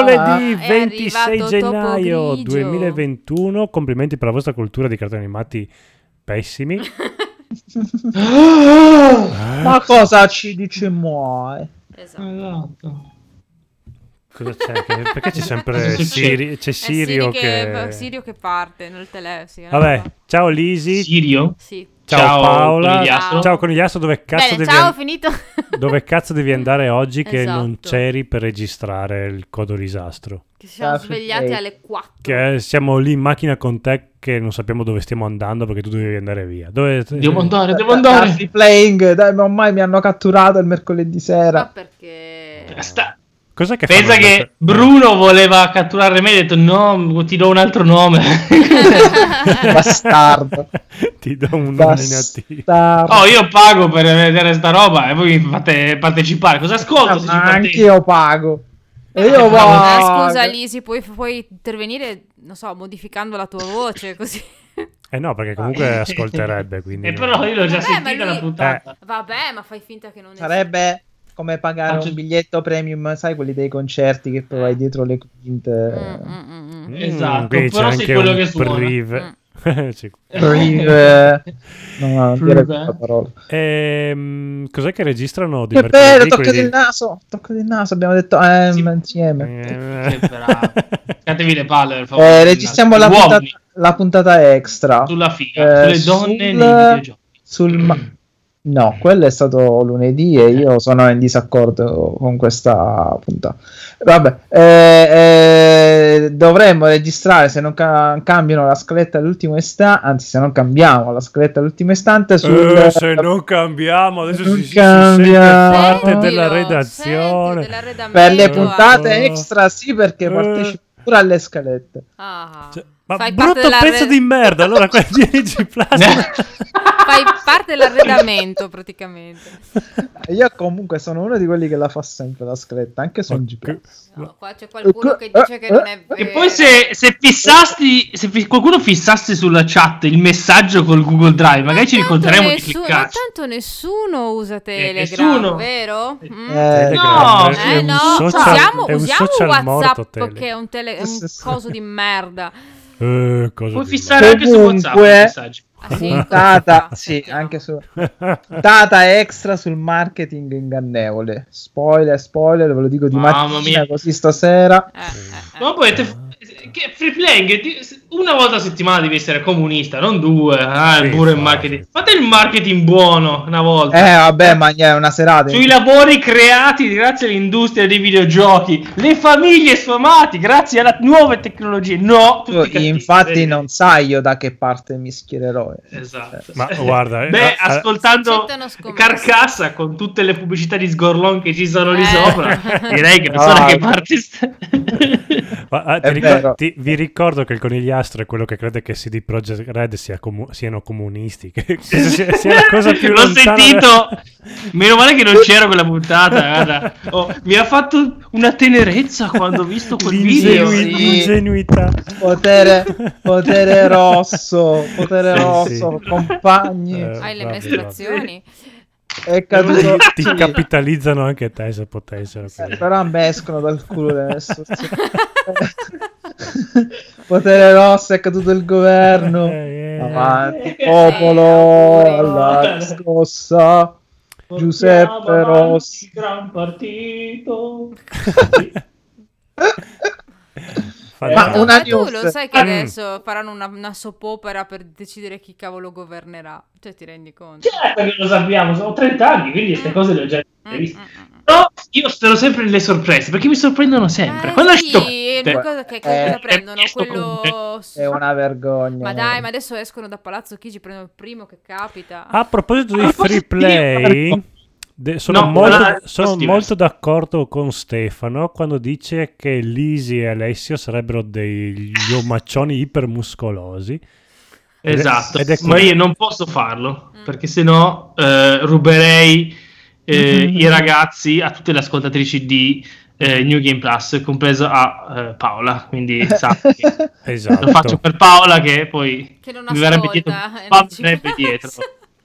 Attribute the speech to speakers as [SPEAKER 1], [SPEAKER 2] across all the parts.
[SPEAKER 1] Mercoledì
[SPEAKER 2] È
[SPEAKER 1] 26
[SPEAKER 2] arrivato
[SPEAKER 1] gennaio
[SPEAKER 2] Topo Grigio.
[SPEAKER 1] 2021, complimenti per la vostra cultura di cartoni animati pessimi.
[SPEAKER 3] Ma cosa ci dice muore?
[SPEAKER 1] Mm,
[SPEAKER 2] Esatto.
[SPEAKER 4] Esatto.
[SPEAKER 1] Cosa c'è? Che- perché c'è sempre
[SPEAKER 4] Cosa succede?
[SPEAKER 1] Siri- c'è
[SPEAKER 2] È
[SPEAKER 1] Sirio
[SPEAKER 2] Siri
[SPEAKER 1] che...
[SPEAKER 2] Sirio che parte nel telefono.
[SPEAKER 1] Vabbè, ciao Lisi,
[SPEAKER 4] Sirio?
[SPEAKER 2] Sì.
[SPEAKER 1] ciao,
[SPEAKER 4] Ciao,
[SPEAKER 1] Paola,
[SPEAKER 4] Conigliastro.
[SPEAKER 1] ciao Conigliastro, dove cazzo,
[SPEAKER 2] Bene,
[SPEAKER 1] devi,
[SPEAKER 2] ciao,
[SPEAKER 1] an-
[SPEAKER 2] ho finito.
[SPEAKER 1] dove cazzo devi andare oggi che non
[SPEAKER 2] Esatto.
[SPEAKER 1] c'eri per registrare il codo disastro?
[SPEAKER 2] Che ci siamo
[SPEAKER 3] Ciao,
[SPEAKER 2] svegliati
[SPEAKER 3] Fifty.
[SPEAKER 2] alle 4.
[SPEAKER 1] Che eh, siamo lì in macchina con te che non sappiamo dove stiamo andando perché tu dovevi andare via. Dove...
[SPEAKER 4] Devo andare, devo
[SPEAKER 3] Dai,
[SPEAKER 4] andare.
[SPEAKER 3] free playing, dai, ma ormai mi hanno catturato il mercoledì
[SPEAKER 2] Ma
[SPEAKER 3] sera.
[SPEAKER 2] perché...
[SPEAKER 4] Sta-
[SPEAKER 1] Cos'è che
[SPEAKER 4] Pensa
[SPEAKER 1] fanno-
[SPEAKER 4] che Bruno voleva catturare me e ha detto no, ti do un altro nome.
[SPEAKER 3] Bastardo.
[SPEAKER 1] Ti do un nominativo.
[SPEAKER 3] Bastardo.
[SPEAKER 4] oh, io pago per vedere sta roba e voi mi fate partecipare. Cosa ascolto se ci Eh,
[SPEAKER 3] ma anche
[SPEAKER 4] partecipo?
[SPEAKER 3] io pago. E io
[SPEAKER 4] Bravo.
[SPEAKER 2] Ah,
[SPEAKER 3] pago.
[SPEAKER 2] scusa Lisi, puoi, puoi intervenire, non so, modificando la tua voce così.
[SPEAKER 1] Eh no, perché comunque ascolterebbe, quindi...
[SPEAKER 4] E
[SPEAKER 1] no.
[SPEAKER 4] eh, però io l'ho già
[SPEAKER 2] Vabbè,
[SPEAKER 4] sentita
[SPEAKER 2] ma lui-
[SPEAKER 4] la puntata.
[SPEAKER 2] Vabbè, ma fai finta che non
[SPEAKER 3] Sarebbe come pagare
[SPEAKER 4] Faccio-
[SPEAKER 3] un biglietto premium, sai, quelli dei concerti che poi vai dietro le
[SPEAKER 2] esista.
[SPEAKER 3] quinte.
[SPEAKER 2] Eh. Mm, mm, mm, mm.
[SPEAKER 1] Mm,
[SPEAKER 4] Esatto,
[SPEAKER 1] quindi
[SPEAKER 4] però sei quello che suona. Mm.
[SPEAKER 1] prive. Sì.
[SPEAKER 3] Eh. Prive- No, no, non dire
[SPEAKER 4] Prive.
[SPEAKER 3] questa parola.
[SPEAKER 1] Ehm, cos'è che registrano di
[SPEAKER 3] Che bello,
[SPEAKER 1] mercoledì?
[SPEAKER 3] Eh, tocca
[SPEAKER 1] quelli-
[SPEAKER 3] del naso, tocca del naso, abbiamo detto ehm,
[SPEAKER 4] Sì. Eh,
[SPEAKER 3] insieme.
[SPEAKER 1] Ehm.
[SPEAKER 4] Che bravo. Toccatevi le palle, per favore.
[SPEAKER 3] Eh, registriamo la
[SPEAKER 4] Uomini,
[SPEAKER 3] puntata, la puntata extra
[SPEAKER 4] sulla figa,
[SPEAKER 3] Eh,
[SPEAKER 4] sulle donne
[SPEAKER 3] sul-
[SPEAKER 4] nei videogiochi.
[SPEAKER 3] sul ma-
[SPEAKER 1] Mm.
[SPEAKER 3] No, quello è stato lunedì e io sono in disaccordo con questa puntata. Vabbè, eh, eh, dovremmo registrare se non ca- cambiano la scaletta all'ultimo istante, anzi se non cambiamo la scaletta all'ultimo istante sul...
[SPEAKER 1] Eh, se non cambiamo, adesso
[SPEAKER 3] Non
[SPEAKER 1] si, si
[SPEAKER 3] cambia.
[SPEAKER 1] sente parte
[SPEAKER 2] Sentilo,
[SPEAKER 1] della
[SPEAKER 2] sentilo,
[SPEAKER 1] redazione.
[SPEAKER 2] dell'arredamento,
[SPEAKER 3] per le
[SPEAKER 1] Eh,
[SPEAKER 3] puntate
[SPEAKER 1] eh.
[SPEAKER 3] extra sì perché
[SPEAKER 1] Eh.
[SPEAKER 3] partecipo pure alle scalette.
[SPEAKER 2] Ah.
[SPEAKER 1] Cioè, ma
[SPEAKER 2] Fai parte
[SPEAKER 1] brutto
[SPEAKER 2] della
[SPEAKER 1] pezzo
[SPEAKER 2] re-
[SPEAKER 1] di merda, allora quel 10 plus.
[SPEAKER 2] Ah, Fai parte dell'arredamento praticamente.
[SPEAKER 3] Io comunque sono uno di quelli che la fa sempre la scaletta, anche su
[SPEAKER 1] Ok.
[SPEAKER 3] un GPS.
[SPEAKER 2] No, qua c'è
[SPEAKER 3] Ecco.
[SPEAKER 2] qualcuno che dice che non è vero.
[SPEAKER 4] E poi se, se fissasti, se fi- qualcuno fissassi sulla chat il messaggio col Google Drive, magari ci
[SPEAKER 2] Tanto
[SPEAKER 4] ricorderemo di
[SPEAKER 2] nessuno-
[SPEAKER 4] cliccarci.
[SPEAKER 2] Tanto nessuno usa Telegram,
[SPEAKER 4] nessuno.
[SPEAKER 2] vero? Mm?
[SPEAKER 3] Eh,
[SPEAKER 1] Telegram
[SPEAKER 4] no,
[SPEAKER 1] è
[SPEAKER 2] Eh
[SPEAKER 1] un
[SPEAKER 2] no,
[SPEAKER 1] social-
[SPEAKER 2] usiamo,
[SPEAKER 1] è un
[SPEAKER 2] usiamo
[SPEAKER 1] social morto,
[SPEAKER 2] WhatsApp
[SPEAKER 1] Tele.
[SPEAKER 2] che è un, tele- un
[SPEAKER 3] Sì, sì.
[SPEAKER 2] coso di merda.
[SPEAKER 1] Eh, cosa
[SPEAKER 4] Puoi
[SPEAKER 1] di
[SPEAKER 4] fissare anche su
[SPEAKER 3] Comunque-
[SPEAKER 4] WhatsApp i messaggi.
[SPEAKER 2] Ah, sì,
[SPEAKER 3] Puntata,
[SPEAKER 2] cosa
[SPEAKER 3] sì,
[SPEAKER 2] fa?
[SPEAKER 3] anche su
[SPEAKER 1] merda.
[SPEAKER 3] data extra sul marketing ingannevole. Spoiler, spoiler, ve lo dico di
[SPEAKER 4] Mamma
[SPEAKER 3] mattina
[SPEAKER 4] mia.
[SPEAKER 3] così stasera.
[SPEAKER 2] Eh, eh, eh.
[SPEAKER 4] Ma poi te-
[SPEAKER 2] Ah.
[SPEAKER 4] che free playing ti- una volta a settimana devi essere comunista, non due. Ah,
[SPEAKER 1] Sì,
[SPEAKER 4] il pure il
[SPEAKER 1] infatti.
[SPEAKER 4] marketing. Fate il marketing buono una volta.
[SPEAKER 3] Eh vabbè, ma è una serata.
[SPEAKER 4] Sui lavori creati grazie all'industria dei videogiochi, le famiglie sfamate grazie alle nuove tecnologie. No, tutti cattivi,
[SPEAKER 3] Infatti
[SPEAKER 4] vedi?
[SPEAKER 3] non sai io da che parte mi schiererò.
[SPEAKER 4] Esatto.
[SPEAKER 1] Ma guarda, eh,
[SPEAKER 4] Beh,
[SPEAKER 1] a- a-
[SPEAKER 4] ascoltando
[SPEAKER 2] Accettano scommesse.
[SPEAKER 4] Carcassa con tutte le pubblicità di Sgorlon che ci sono lì
[SPEAKER 2] Eh.
[SPEAKER 4] sopra, direi che non so
[SPEAKER 3] Ah.
[SPEAKER 4] da che parte sta.
[SPEAKER 1] Ma, ah, ti
[SPEAKER 3] È
[SPEAKER 1] ricor-
[SPEAKER 3] vero.
[SPEAKER 1] ti- vi ricordo che il conigliastro è quello che crede che CD Projekt Red sia comu- siano comunisti. Che sia, sia la cosa più
[SPEAKER 4] L'ho
[SPEAKER 1] lontana da-
[SPEAKER 4] sentito. Meno male che non c'era quella puntata. guarda. Oh, mi ha fatto una tenerezza quando ho visto quel video.
[SPEAKER 1] L'ingenui-
[SPEAKER 3] video, sì.
[SPEAKER 1] L'ingenuità.
[SPEAKER 3] Potere, potere rosso, potere
[SPEAKER 1] Sì,
[SPEAKER 3] rosso,
[SPEAKER 1] sì.
[SPEAKER 3] compagni.
[SPEAKER 1] Eh.
[SPEAKER 2] Hai le
[SPEAKER 1] Vabbè,
[SPEAKER 2] mestruazioni.
[SPEAKER 3] È caduto.
[SPEAKER 1] Ti capitalizzano anche te se potessero.
[SPEAKER 3] Eh,
[SPEAKER 1] quindi.
[SPEAKER 3] però a me escono dal culo le mestruazioni. Potere rosso, è caduto il governo.
[SPEAKER 1] Eh, eh.
[SPEAKER 3] Avanti,
[SPEAKER 4] Eh,
[SPEAKER 3] popolo,
[SPEAKER 2] eh,
[SPEAKER 3] alla scossa. Giuseppe Rossi.
[SPEAKER 4] Gran partito.
[SPEAKER 1] Fantastico.
[SPEAKER 3] Ma una
[SPEAKER 2] Eh, Ma tu
[SPEAKER 3] news.
[SPEAKER 2] lo sai che
[SPEAKER 1] Mm.
[SPEAKER 2] adesso faranno una, una soap opera per decidere chi cavolo governerà. Cioè, ti rendi conto?
[SPEAKER 4] Certo che lo sappiamo, sono 30 anni, quindi queste cose le ho già
[SPEAKER 2] Mm,
[SPEAKER 4] viste.
[SPEAKER 2] mm, mm, mm.
[SPEAKER 4] No, io spero sempre le sorprese, perché mi sorprendono sempre.
[SPEAKER 2] Eh,
[SPEAKER 4] Quando
[SPEAKER 2] sì,
[SPEAKER 4] esco-
[SPEAKER 2] che cosa, che, che
[SPEAKER 3] Eh,
[SPEAKER 2] cosa prendono?
[SPEAKER 4] questo
[SPEAKER 1] eh,
[SPEAKER 2] Quello...
[SPEAKER 3] È una vergogna.
[SPEAKER 2] Ma dai, ma adesso escono da Palazzo Chigi, prendono il primo che capita.
[SPEAKER 4] Ah,
[SPEAKER 1] A proposito
[SPEAKER 4] A
[SPEAKER 3] Ah,
[SPEAKER 1] di
[SPEAKER 4] proposito
[SPEAKER 1] free
[SPEAKER 4] di-
[SPEAKER 1] play, de- sono,
[SPEAKER 4] No,
[SPEAKER 1] molto,
[SPEAKER 4] no, no,
[SPEAKER 1] sono
[SPEAKER 4] posso dire.
[SPEAKER 1] molto d'accordo con Stefano quando dice che Lisi e Alessio sarebbero degli omaccioni ipermuscolosi.
[SPEAKER 4] Esatto,
[SPEAKER 1] Ed è
[SPEAKER 4] ma
[SPEAKER 1] que-
[SPEAKER 4] io non posso farlo,
[SPEAKER 2] Mm.
[SPEAKER 4] perché sennò eh, ruberei eh,
[SPEAKER 1] Mm-hmm.
[SPEAKER 4] i ragazzi a tutte le ascoltatrici di eh, New Game Plus, compreso a eh, Paola. Quindi sappi che
[SPEAKER 1] Esatto.
[SPEAKER 4] lo faccio per Paola che poi
[SPEAKER 2] Che non
[SPEAKER 4] mi verrebbe
[SPEAKER 2] ascolta.
[SPEAKER 4] dietro,
[SPEAKER 2] eh, non
[SPEAKER 4] Paola
[SPEAKER 2] ci
[SPEAKER 4] verrebbe
[SPEAKER 2] pensa.
[SPEAKER 4] dietro.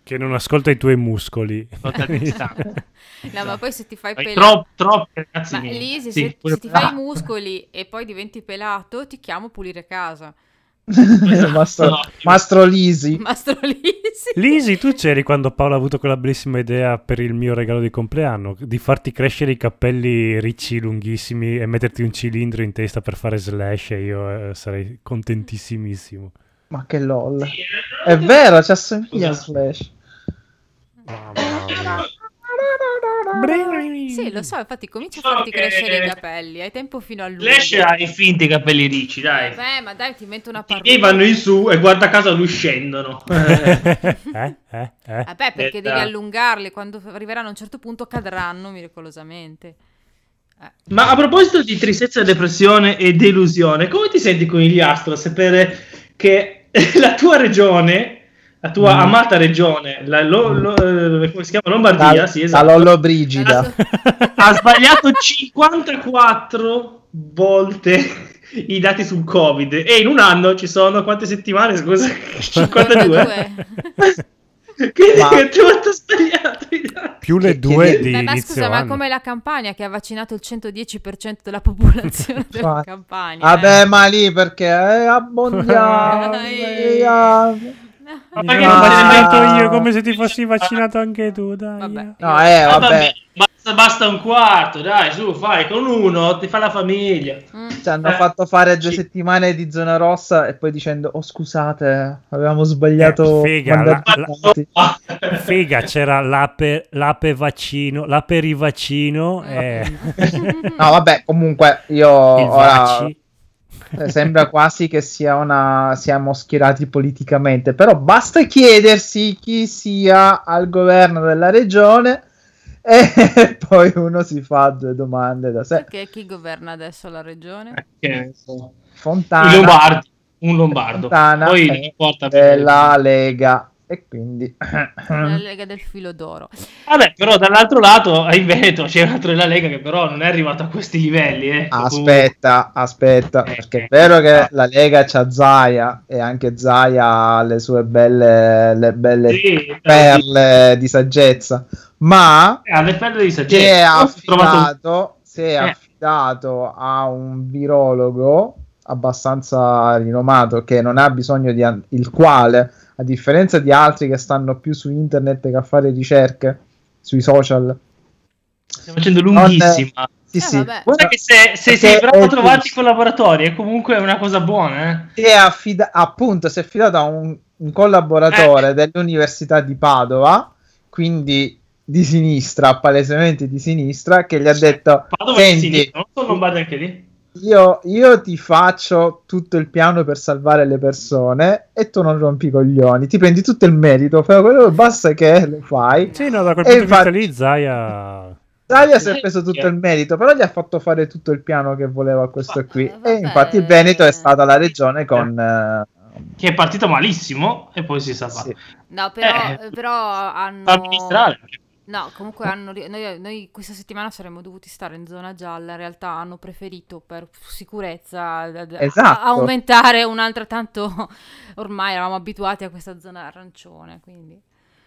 [SPEAKER 1] Che non ascolta i tuoi muscoli.
[SPEAKER 4] Totalmente stanco.
[SPEAKER 2] No,
[SPEAKER 4] Esatto.
[SPEAKER 2] ma poi se ti fai
[SPEAKER 4] Vai,
[SPEAKER 2] pelare...
[SPEAKER 4] troppo, troppo, ragazzi.
[SPEAKER 2] Ma
[SPEAKER 4] miei.
[SPEAKER 2] lì se,
[SPEAKER 4] Sì,
[SPEAKER 2] se- se
[SPEAKER 4] pure-
[SPEAKER 2] ti fai
[SPEAKER 4] Ah,
[SPEAKER 2] i muscoli e poi diventi pelato, ti chiamo pulire casa.
[SPEAKER 4] Esatto,
[SPEAKER 3] Mastro,
[SPEAKER 4] no.
[SPEAKER 3] Mastro Lisi.
[SPEAKER 2] Mastro Lisi.
[SPEAKER 1] Lisi, tu c'eri quando Paolo ha avuto quella bellissima idea per il mio regalo di compleanno, di farti crescere i capelli ricci, lunghissimi e metterti un cilindro in testa per fare slash e io eh, sarei contentissimissimo.
[SPEAKER 3] Ma che lol. È vero, ci assomiglia a Slash.
[SPEAKER 2] Sì, lo so, infatti cominci a
[SPEAKER 4] Solo
[SPEAKER 2] farti
[SPEAKER 4] che-
[SPEAKER 2] crescere i capelli, hai tempo fino a luglio.
[SPEAKER 4] Flash ha i finti capelli ricci, dai.
[SPEAKER 2] Beh, ma dai, ti metto una
[SPEAKER 4] I miei
[SPEAKER 2] parrucca.
[SPEAKER 4] vanno in su e guarda caso lui scendono.
[SPEAKER 1] eh, eh, eh.
[SPEAKER 2] Vabbè, perché devi
[SPEAKER 4] Aspetta.
[SPEAKER 2] allungarli, quando arriveranno a un certo punto cadranno miracolosamente. Eh.
[SPEAKER 4] Ma a proposito di tristezza, depressione e delusione, come ti senti con gli Astro sapere che la tua regione, la tua
[SPEAKER 1] Mm.
[SPEAKER 4] amata regione, la lo- lo- eh, come si chiama? Lombardia,
[SPEAKER 3] La,
[SPEAKER 4] sì,
[SPEAKER 3] la
[SPEAKER 4] esatto,
[SPEAKER 3] Lollo Brigida.
[SPEAKER 4] ha sbagliato 54 volte i dati sul Covid e in un anno ci sono quante settimane, scusa? 52. Quindi
[SPEAKER 3] Ma-
[SPEAKER 4] è tutto sbagliato. i dati.
[SPEAKER 1] Più le
[SPEAKER 3] Che-
[SPEAKER 1] due
[SPEAKER 3] che-
[SPEAKER 1] di
[SPEAKER 2] Beh, ma
[SPEAKER 1] inizio
[SPEAKER 2] scusa, ma
[SPEAKER 1] anno.
[SPEAKER 2] come la Campania che ha vaccinato il 110% della popolazione della
[SPEAKER 3] Infatti.
[SPEAKER 2] Campania.
[SPEAKER 3] Vabbè,
[SPEAKER 2] eh.
[SPEAKER 3] ma lì perché eh, abbondiamo.
[SPEAKER 2] Dai.
[SPEAKER 3] eh,
[SPEAKER 4] Ma
[SPEAKER 1] Mi
[SPEAKER 4] perché
[SPEAKER 1] sono
[SPEAKER 4] non fai le
[SPEAKER 1] vaccinato
[SPEAKER 3] mani?
[SPEAKER 1] io come se ti fossi vaccinato anche tu, dai.
[SPEAKER 2] Vabbè.
[SPEAKER 3] No, eh,
[SPEAKER 4] Ah, vabbè,
[SPEAKER 3] vabbè.
[SPEAKER 4] Basta, basta un quarto, dai, su, fai con uno, ti fa la famiglia.
[SPEAKER 2] Mm.
[SPEAKER 3] Ci hanno
[SPEAKER 4] Eh,
[SPEAKER 3] fatto fare due
[SPEAKER 4] sì.
[SPEAKER 3] settimane di zona rossa e poi dicendo, oh scusate, avevamo sbagliato.
[SPEAKER 1] Eh, figa,
[SPEAKER 3] mandarci
[SPEAKER 1] la-
[SPEAKER 3] tutti."
[SPEAKER 1] Figa, c'era l'ape, l'ape vaccino, l'ape rivaccino e...
[SPEAKER 3] No, vabbè, comunque io
[SPEAKER 1] il
[SPEAKER 3] Oh, ora...
[SPEAKER 1] vacci.
[SPEAKER 3] Eh, Sembra quasi che sia una, siamo schierati politicamente, però basta chiedersi chi sia al governo della regione e poi uno si fa due domande da sé.
[SPEAKER 2] Perché chi governa adesso la
[SPEAKER 3] Eh.
[SPEAKER 2] regione?
[SPEAKER 4] I
[SPEAKER 3] Fontana,
[SPEAKER 4] Lombardi, un lombardo.
[SPEAKER 3] Fontana
[SPEAKER 4] Poi
[SPEAKER 3] è
[SPEAKER 4] non
[SPEAKER 3] Eh,
[SPEAKER 4] importa
[SPEAKER 3] della Lega e quindi...
[SPEAKER 2] La Lega del Filo d'Oro.
[SPEAKER 4] Vabbè, però dall'altro lato, in Veneto c'è un altro della Lega che però non è arrivato a questi livelli, eh.
[SPEAKER 3] Ah, Aspetta, aspetta,
[SPEAKER 4] Eh,
[SPEAKER 3] perché è
[SPEAKER 4] eh,
[SPEAKER 3] vero che
[SPEAKER 4] eh.
[SPEAKER 3] la Lega c'ha Zaia e anche Zaia ha le sue belle, le belle
[SPEAKER 4] Sì,
[SPEAKER 3] perle di saggezza, ma...
[SPEAKER 4] Eh, alle perle di saggezza.
[SPEAKER 3] si è
[SPEAKER 4] Ho trovato un- Eh.
[SPEAKER 3] affidato, si è affidato a un virologo abbastanza rinomato che non ha bisogno di an- il quale a differenza di altri che stanno più su internet che a fare ricerche sui social
[SPEAKER 4] Stiamo facendo lunghissima.
[SPEAKER 3] sì
[SPEAKER 2] Eh,
[SPEAKER 3] sì
[SPEAKER 2] vabbè.
[SPEAKER 4] Guarda che se, se
[SPEAKER 3] Perché
[SPEAKER 4] sei bravo
[SPEAKER 3] è
[SPEAKER 4] a trovarti i
[SPEAKER 3] giusto.
[SPEAKER 4] collaboratori è comunque una cosa buona, eh.
[SPEAKER 3] si è affida- appunto si è affidato a un, un collaboratore
[SPEAKER 4] Eh.
[SPEAKER 3] dell'università di Padova quindi di sinistra palesemente di sinistra che gli ha detto
[SPEAKER 4] Padova è di
[SPEAKER 3] senti
[SPEAKER 4] sinistra, non sono lombardi anche lì.
[SPEAKER 3] Io, io ti faccio tutto il piano per salvare le persone e tu non rompi i coglioni, ti prendi tutto il merito, fai quello che basta che lo fai.
[SPEAKER 1] Sì, no, da quel
[SPEAKER 3] E
[SPEAKER 1] punto
[SPEAKER 3] infatti-
[SPEAKER 1] di vista lì Zaya...
[SPEAKER 3] Italia si è preso tutto il merito, però gli ha fatto fare tutto il piano che voleva questo qui.
[SPEAKER 2] Eh, vabbè.
[SPEAKER 3] E infatti il Veneto è stata la regione con... eh,
[SPEAKER 4] Che è partito malissimo e poi si sa
[SPEAKER 3] sì.
[SPEAKER 2] No, però,
[SPEAKER 4] Eh,
[SPEAKER 2] però hanno...
[SPEAKER 4] amministrare.
[SPEAKER 2] No, comunque hanno ri- noi, noi questa settimana saremmo dovuti stare in zona gialla, in realtà hanno preferito per sicurezza d- d- a-
[SPEAKER 3] Esatto.
[SPEAKER 2] aumentare un'altra, tanto ormai eravamo abituati a questa zona arancione, quindi...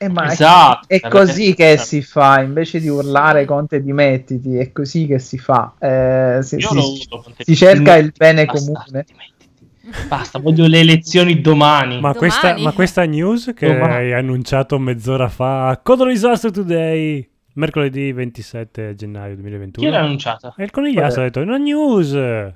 [SPEAKER 3] Eh, ma è-
[SPEAKER 4] Esatto.
[SPEAKER 3] è, così che
[SPEAKER 4] Esatto.
[SPEAKER 3] si fa, invece di urlare
[SPEAKER 2] Sì.
[SPEAKER 3] Conte dimettiti, è così che si fa. Eh, si-
[SPEAKER 4] Io
[SPEAKER 3] si-
[SPEAKER 4] lo uso con te.
[SPEAKER 3] si cerca il bene
[SPEAKER 4] Basta,
[SPEAKER 3] comune.
[SPEAKER 4] dimettiti. Basta, voglio le elezioni domani.
[SPEAKER 1] Ma
[SPEAKER 2] Domani.
[SPEAKER 1] questa, ma questa news che
[SPEAKER 4] Domani.
[SPEAKER 1] hai annunciato mezz'ora fa, Codro Disaster Today, mercoledì 27 gennaio
[SPEAKER 4] Chi l'ha
[SPEAKER 1] 2021.
[SPEAKER 4] annunciata?
[SPEAKER 1] E il conigliastro ha detto, una news! E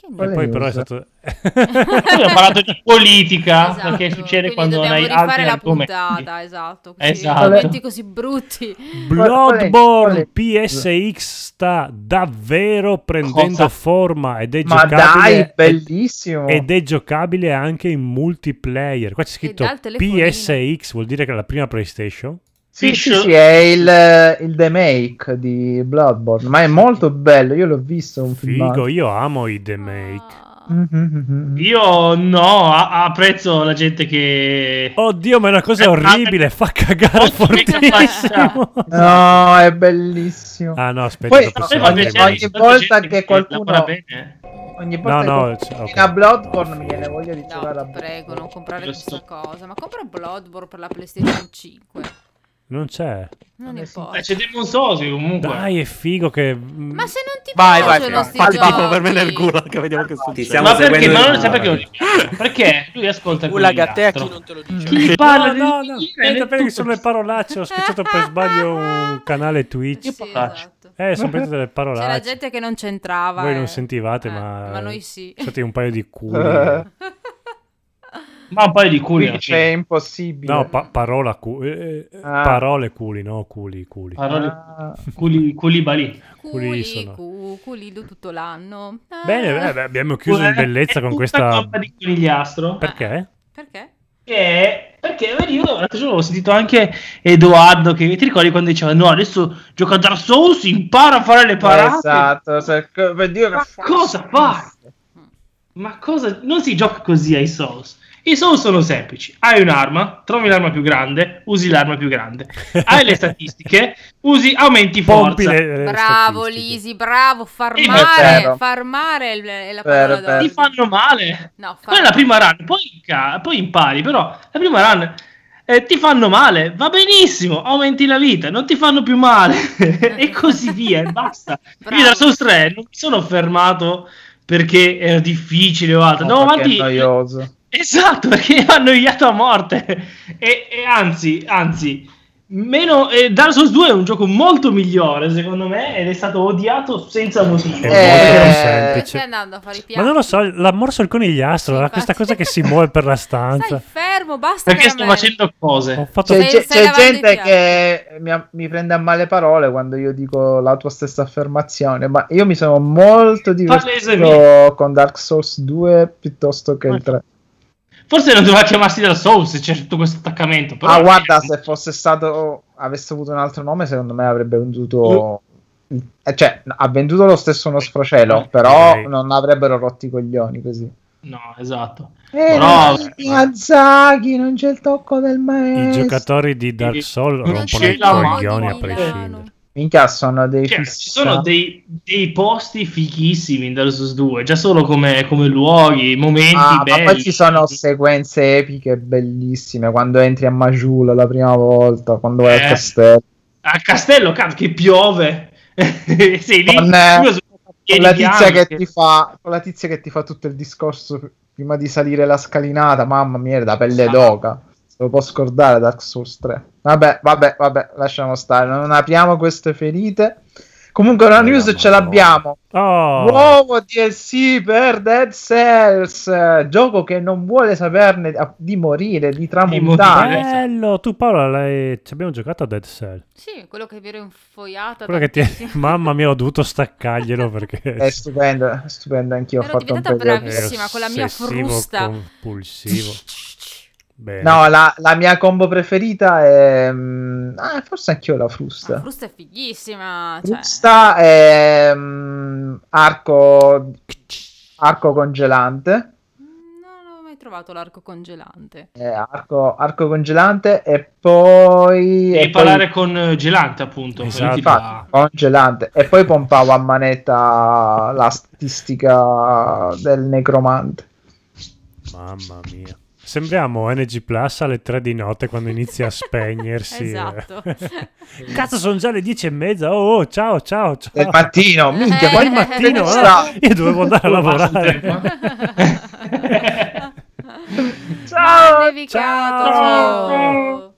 [SPEAKER 2] Che
[SPEAKER 3] Qual è
[SPEAKER 1] poi
[SPEAKER 3] news?
[SPEAKER 1] però è stato...
[SPEAKER 4] Abbiamo parlato di politica,
[SPEAKER 2] Esatto,
[SPEAKER 4] perché
[SPEAKER 2] quindi
[SPEAKER 4] succede quando non hai
[SPEAKER 2] dobbiamo
[SPEAKER 4] altri
[SPEAKER 2] rifare la
[SPEAKER 4] argomenti.
[SPEAKER 2] puntata, esatto. Questi
[SPEAKER 4] Esatto.
[SPEAKER 2] argomenti così brutti.
[SPEAKER 1] Bloodborne
[SPEAKER 3] Qual è-
[SPEAKER 1] PSX sta davvero prendendo
[SPEAKER 4] Cosa?
[SPEAKER 1] forma ed è
[SPEAKER 3] Ma dai,
[SPEAKER 1] giocabile
[SPEAKER 3] bellissimo!
[SPEAKER 1] ed è giocabile anche in multiplayer. Qua c'è scritto
[SPEAKER 2] dal telefonino.
[SPEAKER 1] PSX, vuol dire che è la prima PlayStation.
[SPEAKER 3] Sì, sì,
[SPEAKER 4] Fish.
[SPEAKER 3] sì, è il, eh, il remake di Bloodborne, ma è molto bello, io l'ho visto un
[SPEAKER 1] Figo,
[SPEAKER 3] filmato.
[SPEAKER 1] io amo i The Make.
[SPEAKER 2] Ah.
[SPEAKER 3] Mhm.
[SPEAKER 4] Io no, a- apprezzo la gente che...
[SPEAKER 1] Oddio, ma è una
[SPEAKER 4] Ah,
[SPEAKER 1] cosa orribile, fa cagare
[SPEAKER 4] Oh, che
[SPEAKER 1] fortissimo.
[SPEAKER 3] No, è bellissimo.
[SPEAKER 1] Ah no, aspetta,
[SPEAKER 3] Poi-
[SPEAKER 1] lo
[SPEAKER 4] A me
[SPEAKER 1] possiamo
[SPEAKER 4] fa
[SPEAKER 3] Ogni-
[SPEAKER 4] piacere
[SPEAKER 1] fermare.
[SPEAKER 3] ogni
[SPEAKER 4] tanta
[SPEAKER 3] volta
[SPEAKER 4] gente
[SPEAKER 3] che qualcuno-
[SPEAKER 4] lavora bene.
[SPEAKER 3] ogni
[SPEAKER 1] No,
[SPEAKER 3] volta
[SPEAKER 1] no,
[SPEAKER 3] che
[SPEAKER 1] c-
[SPEAKER 3] compro
[SPEAKER 1] ok.
[SPEAKER 3] una Bloodborne
[SPEAKER 1] No,
[SPEAKER 3] mi viene voglia di giocare a
[SPEAKER 2] No, prego, non comprare
[SPEAKER 4] Giusto.
[SPEAKER 2] questa cosa. Ma compra Bloodborne per la PlayStation 5.
[SPEAKER 1] Non c'è.
[SPEAKER 2] Non
[SPEAKER 3] Vabbè, sì.
[SPEAKER 2] importa.
[SPEAKER 4] Eh, c'è Demon Souls comunque.
[SPEAKER 1] Dai, è figo che...
[SPEAKER 2] Ma se non ti
[SPEAKER 5] Vai, vai,
[SPEAKER 2] piacciono sti
[SPEAKER 5] fatti
[SPEAKER 2] giochi,
[SPEAKER 5] tipo per me nel culo che vediamo che
[SPEAKER 6] Ti
[SPEAKER 5] succede.
[SPEAKER 6] stiamo
[SPEAKER 4] ma perché?
[SPEAKER 6] seguendo
[SPEAKER 4] Ma
[SPEAKER 6] il-
[SPEAKER 4] non sai perché non gli piace? Perché lui ascolta il
[SPEAKER 5] Ulla gatte a chi non te lo
[SPEAKER 3] Mm.
[SPEAKER 5] dice.
[SPEAKER 4] Chi parla
[SPEAKER 1] No,
[SPEAKER 4] di
[SPEAKER 1] no, no,
[SPEAKER 4] dire,
[SPEAKER 1] aspetta,
[SPEAKER 4] nel
[SPEAKER 1] aspetta, che
[SPEAKER 4] tutto.
[SPEAKER 1] sono le parolacce, ho schiacciato per sbaglio un canale Twitch.
[SPEAKER 2] Sì, esatto.
[SPEAKER 1] Eh, sono preso delle
[SPEAKER 2] C'era
[SPEAKER 1] parolacce.
[SPEAKER 2] gente che non c'entrava.
[SPEAKER 1] Voi
[SPEAKER 2] eh.
[SPEAKER 1] non sentivate,
[SPEAKER 2] Eh,
[SPEAKER 1] ma...
[SPEAKER 2] Ma noi sì.
[SPEAKER 1] Siete un paio di culi.
[SPEAKER 3] Eh,
[SPEAKER 4] Ma un paio di culi.
[SPEAKER 3] qui
[SPEAKER 4] alla
[SPEAKER 3] c'è
[SPEAKER 4] fine.
[SPEAKER 3] impossibile
[SPEAKER 1] No, pa- parola cu- eh, eh,
[SPEAKER 3] Ah.
[SPEAKER 1] parole culi, no, culi, culi.
[SPEAKER 4] Parole
[SPEAKER 3] Ah,
[SPEAKER 4] culi, culi balì.
[SPEAKER 1] Culi
[SPEAKER 2] Culi,
[SPEAKER 1] sono.
[SPEAKER 2] cu- culido tutto l'anno. Ah,
[SPEAKER 1] Bene, eh, beh, abbiamo chiuso in bellezza
[SPEAKER 4] È
[SPEAKER 1] con
[SPEAKER 4] tutta
[SPEAKER 1] questa...
[SPEAKER 4] colpa di conigliastro.
[SPEAKER 1] Perché?
[SPEAKER 2] Perché?
[SPEAKER 4] Perché? Perché vedi, io l'altro giorno ho sentito anche Edoardo che ti ricordi quando diceva no, adesso gioca a Dark Souls, impara a fare le parate.
[SPEAKER 3] esatto se- per dire che
[SPEAKER 4] Ma cosa fa? Ma cosa? Non si gioca così ai Souls. I Souls sono semplici. Hai un'arma, trovi l'arma più grande, usi l'arma più grande. Hai le statistiche, usi, aumenti
[SPEAKER 1] Pompi
[SPEAKER 4] forza.
[SPEAKER 1] le- le
[SPEAKER 2] Bravo
[SPEAKER 1] statistiche.
[SPEAKER 2] Lisi, bravo,
[SPEAKER 3] È
[SPEAKER 2] farmare,
[SPEAKER 3] vero.
[SPEAKER 2] farmare è l- è
[SPEAKER 3] Vero,
[SPEAKER 2] la parola
[SPEAKER 3] vero.
[SPEAKER 4] Ti
[SPEAKER 2] d'ordine.
[SPEAKER 4] fanno male.
[SPEAKER 2] No,
[SPEAKER 4] Quella è la prima run, poi, ca- poi impari, però la prima run eh, ti fanno male, va benissimo, aumenti la vita, non ti fanno più male e così via, e basta. Io da Souls 3 non mi sono fermato perché era difficile o altro,
[SPEAKER 3] no,
[SPEAKER 4] andavo
[SPEAKER 3] perché è
[SPEAKER 4] avanti.
[SPEAKER 3] noioso
[SPEAKER 4] Esatto, perché mi ha annoiato a morte. E, e anzi, anzi, meno, eh, Dark Souls 2 è un gioco molto migliore, secondo me, ed è stato odiato senza motivo.
[SPEAKER 1] È
[SPEAKER 3] Eh.
[SPEAKER 1] molto più
[SPEAKER 2] Dove
[SPEAKER 1] semplice.
[SPEAKER 2] stai andando a fare i
[SPEAKER 1] Ma
[SPEAKER 2] piatti?
[SPEAKER 1] non lo so, l'ha morso il
[SPEAKER 2] Cioè, Sì,
[SPEAKER 1] conigliastro, la- questa
[SPEAKER 2] infatti.
[SPEAKER 1] cosa che si muove per la
[SPEAKER 2] Stai
[SPEAKER 1] stanza.
[SPEAKER 2] fermo, basta
[SPEAKER 4] Perché
[SPEAKER 2] che
[SPEAKER 4] sto facendo
[SPEAKER 1] Ho
[SPEAKER 4] cose.
[SPEAKER 1] fatto...
[SPEAKER 3] c'è,
[SPEAKER 2] Stai-
[SPEAKER 3] c'è-
[SPEAKER 2] stai
[SPEAKER 3] c'è
[SPEAKER 2] lavando i
[SPEAKER 3] Cioè, gente
[SPEAKER 2] piatti.
[SPEAKER 3] che mi, mi prende a male parole quando io dico la tua stessa affermazione ma io mi sono molto divertito
[SPEAKER 4] Palesemente.
[SPEAKER 3] con Dark Souls 2 piuttosto che il 3
[SPEAKER 4] Forse non doveva chiamarsi Dark Souls se c'è tutto questo attaccamento. Però
[SPEAKER 3] ah guarda se fosse stato avesse avuto un altro nome secondo me avrebbe venduto eh, cioè ha venduto lo stesso uno sfracello però
[SPEAKER 1] Ok.
[SPEAKER 3] non avrebbero rotti i coglioni così
[SPEAKER 4] No, esatto.
[SPEAKER 3] eh,
[SPEAKER 4] No,
[SPEAKER 3] no, Miyazaki non c'è il tocco del
[SPEAKER 1] I
[SPEAKER 3] maestro
[SPEAKER 1] giocatori di Dark Souls
[SPEAKER 4] mm, Non
[SPEAKER 1] rompono
[SPEAKER 4] c'è
[SPEAKER 1] i
[SPEAKER 4] la moda
[SPEAKER 1] coglioni
[SPEAKER 4] di
[SPEAKER 1] a prescindere.
[SPEAKER 3] minchia sono dei
[SPEAKER 4] Cioè,
[SPEAKER 3] fissi- eh.
[SPEAKER 4] ci sono dei, dei posti fichissimi in Dark Souls 2, già solo come, come luoghi, momenti
[SPEAKER 3] Ah, ma
[SPEAKER 4] belli.
[SPEAKER 3] poi ci sono sequenze epiche bellissime quando entri a Majula la prima volta, quando vai
[SPEAKER 4] Eh.
[SPEAKER 3] al castello,
[SPEAKER 4] Al castello, cazzo, che piove. Sei lì.
[SPEAKER 3] Con, eh,
[SPEAKER 4] io sono
[SPEAKER 3] con
[SPEAKER 4] pieni
[SPEAKER 3] la, tizia
[SPEAKER 4] bianchi.
[SPEAKER 3] che ti fa, con la tizia che ti fa tutto il discorso pr- prima di salire la scalinata, mamma mia, era da pelle
[SPEAKER 4] Ah.
[SPEAKER 3] d'oca. Se lo può scordare Dark Souls 3. Vabbè, vabbè, vabbè, lasciamo stare, non apriamo queste ferite. Comunque una
[SPEAKER 1] Eh,
[SPEAKER 3] news
[SPEAKER 1] mamma
[SPEAKER 3] ce
[SPEAKER 1] mia.
[SPEAKER 3] l'abbiamo.
[SPEAKER 1] Oh,
[SPEAKER 3] Nuovo DLC per Dead Cells, eh, gioco che non vuole saperne a- di morire, di tramontare.
[SPEAKER 4] morire.
[SPEAKER 1] bello! Tu Paola, l'hai- ci abbiamo giocato a Dead Cell.
[SPEAKER 2] Sì, quello che vi ero infoiata
[SPEAKER 1] Quello che ti...
[SPEAKER 2] tantissimo.
[SPEAKER 1] Mamma mia, ho dovuto staccarglielo perché...
[SPEAKER 3] È stupendo, è stupendo, anch'io ho
[SPEAKER 2] Ero
[SPEAKER 3] fatto un
[SPEAKER 2] diventata
[SPEAKER 3] periodo.
[SPEAKER 1] È
[SPEAKER 2] bravissima con la mia
[SPEAKER 1] ossessivo,
[SPEAKER 2] frusta.
[SPEAKER 1] compulsivo. Bene.
[SPEAKER 3] No, la, la mia combo preferita è... mm, Ah, forse anch'io la frusta.
[SPEAKER 2] La frusta è fighissima. Cioè.
[SPEAKER 3] Frusta è... mm, arco... arco congelante.
[SPEAKER 2] Mm, Non avevo mai trovato l'arco congelante.
[SPEAKER 3] Eh, arco, arco congelante e poi...
[SPEAKER 4] Devi
[SPEAKER 3] e poi-
[SPEAKER 4] parlare con eh, Gelante, appunto.
[SPEAKER 1] Esatto.
[SPEAKER 4] quello ti fa-
[SPEAKER 3] Infatti, congelante. E poi pompavo a manetta la statistica del necromante.
[SPEAKER 1] Mamma mia. Sembriamo NG Plus alle 3 di notte quando inizia a spegnersi. eh.
[SPEAKER 2] Esatto.
[SPEAKER 1] Cazzo, sono già le 10 e mezza. Oh, oh, ciao, ciao, ciao.
[SPEAKER 3] Del mattino, minchia,
[SPEAKER 2] Eh,
[SPEAKER 3] poi
[SPEAKER 2] il mattino,
[SPEAKER 3] Sta-
[SPEAKER 1] eh. Io dovevo andare a
[SPEAKER 4] Oh, basta il
[SPEAKER 1] lavorare.
[SPEAKER 4] tempo, eh.
[SPEAKER 2] Ciao,
[SPEAKER 3] Ciao,
[SPEAKER 2] nevicato,
[SPEAKER 1] ciao.
[SPEAKER 2] ciao.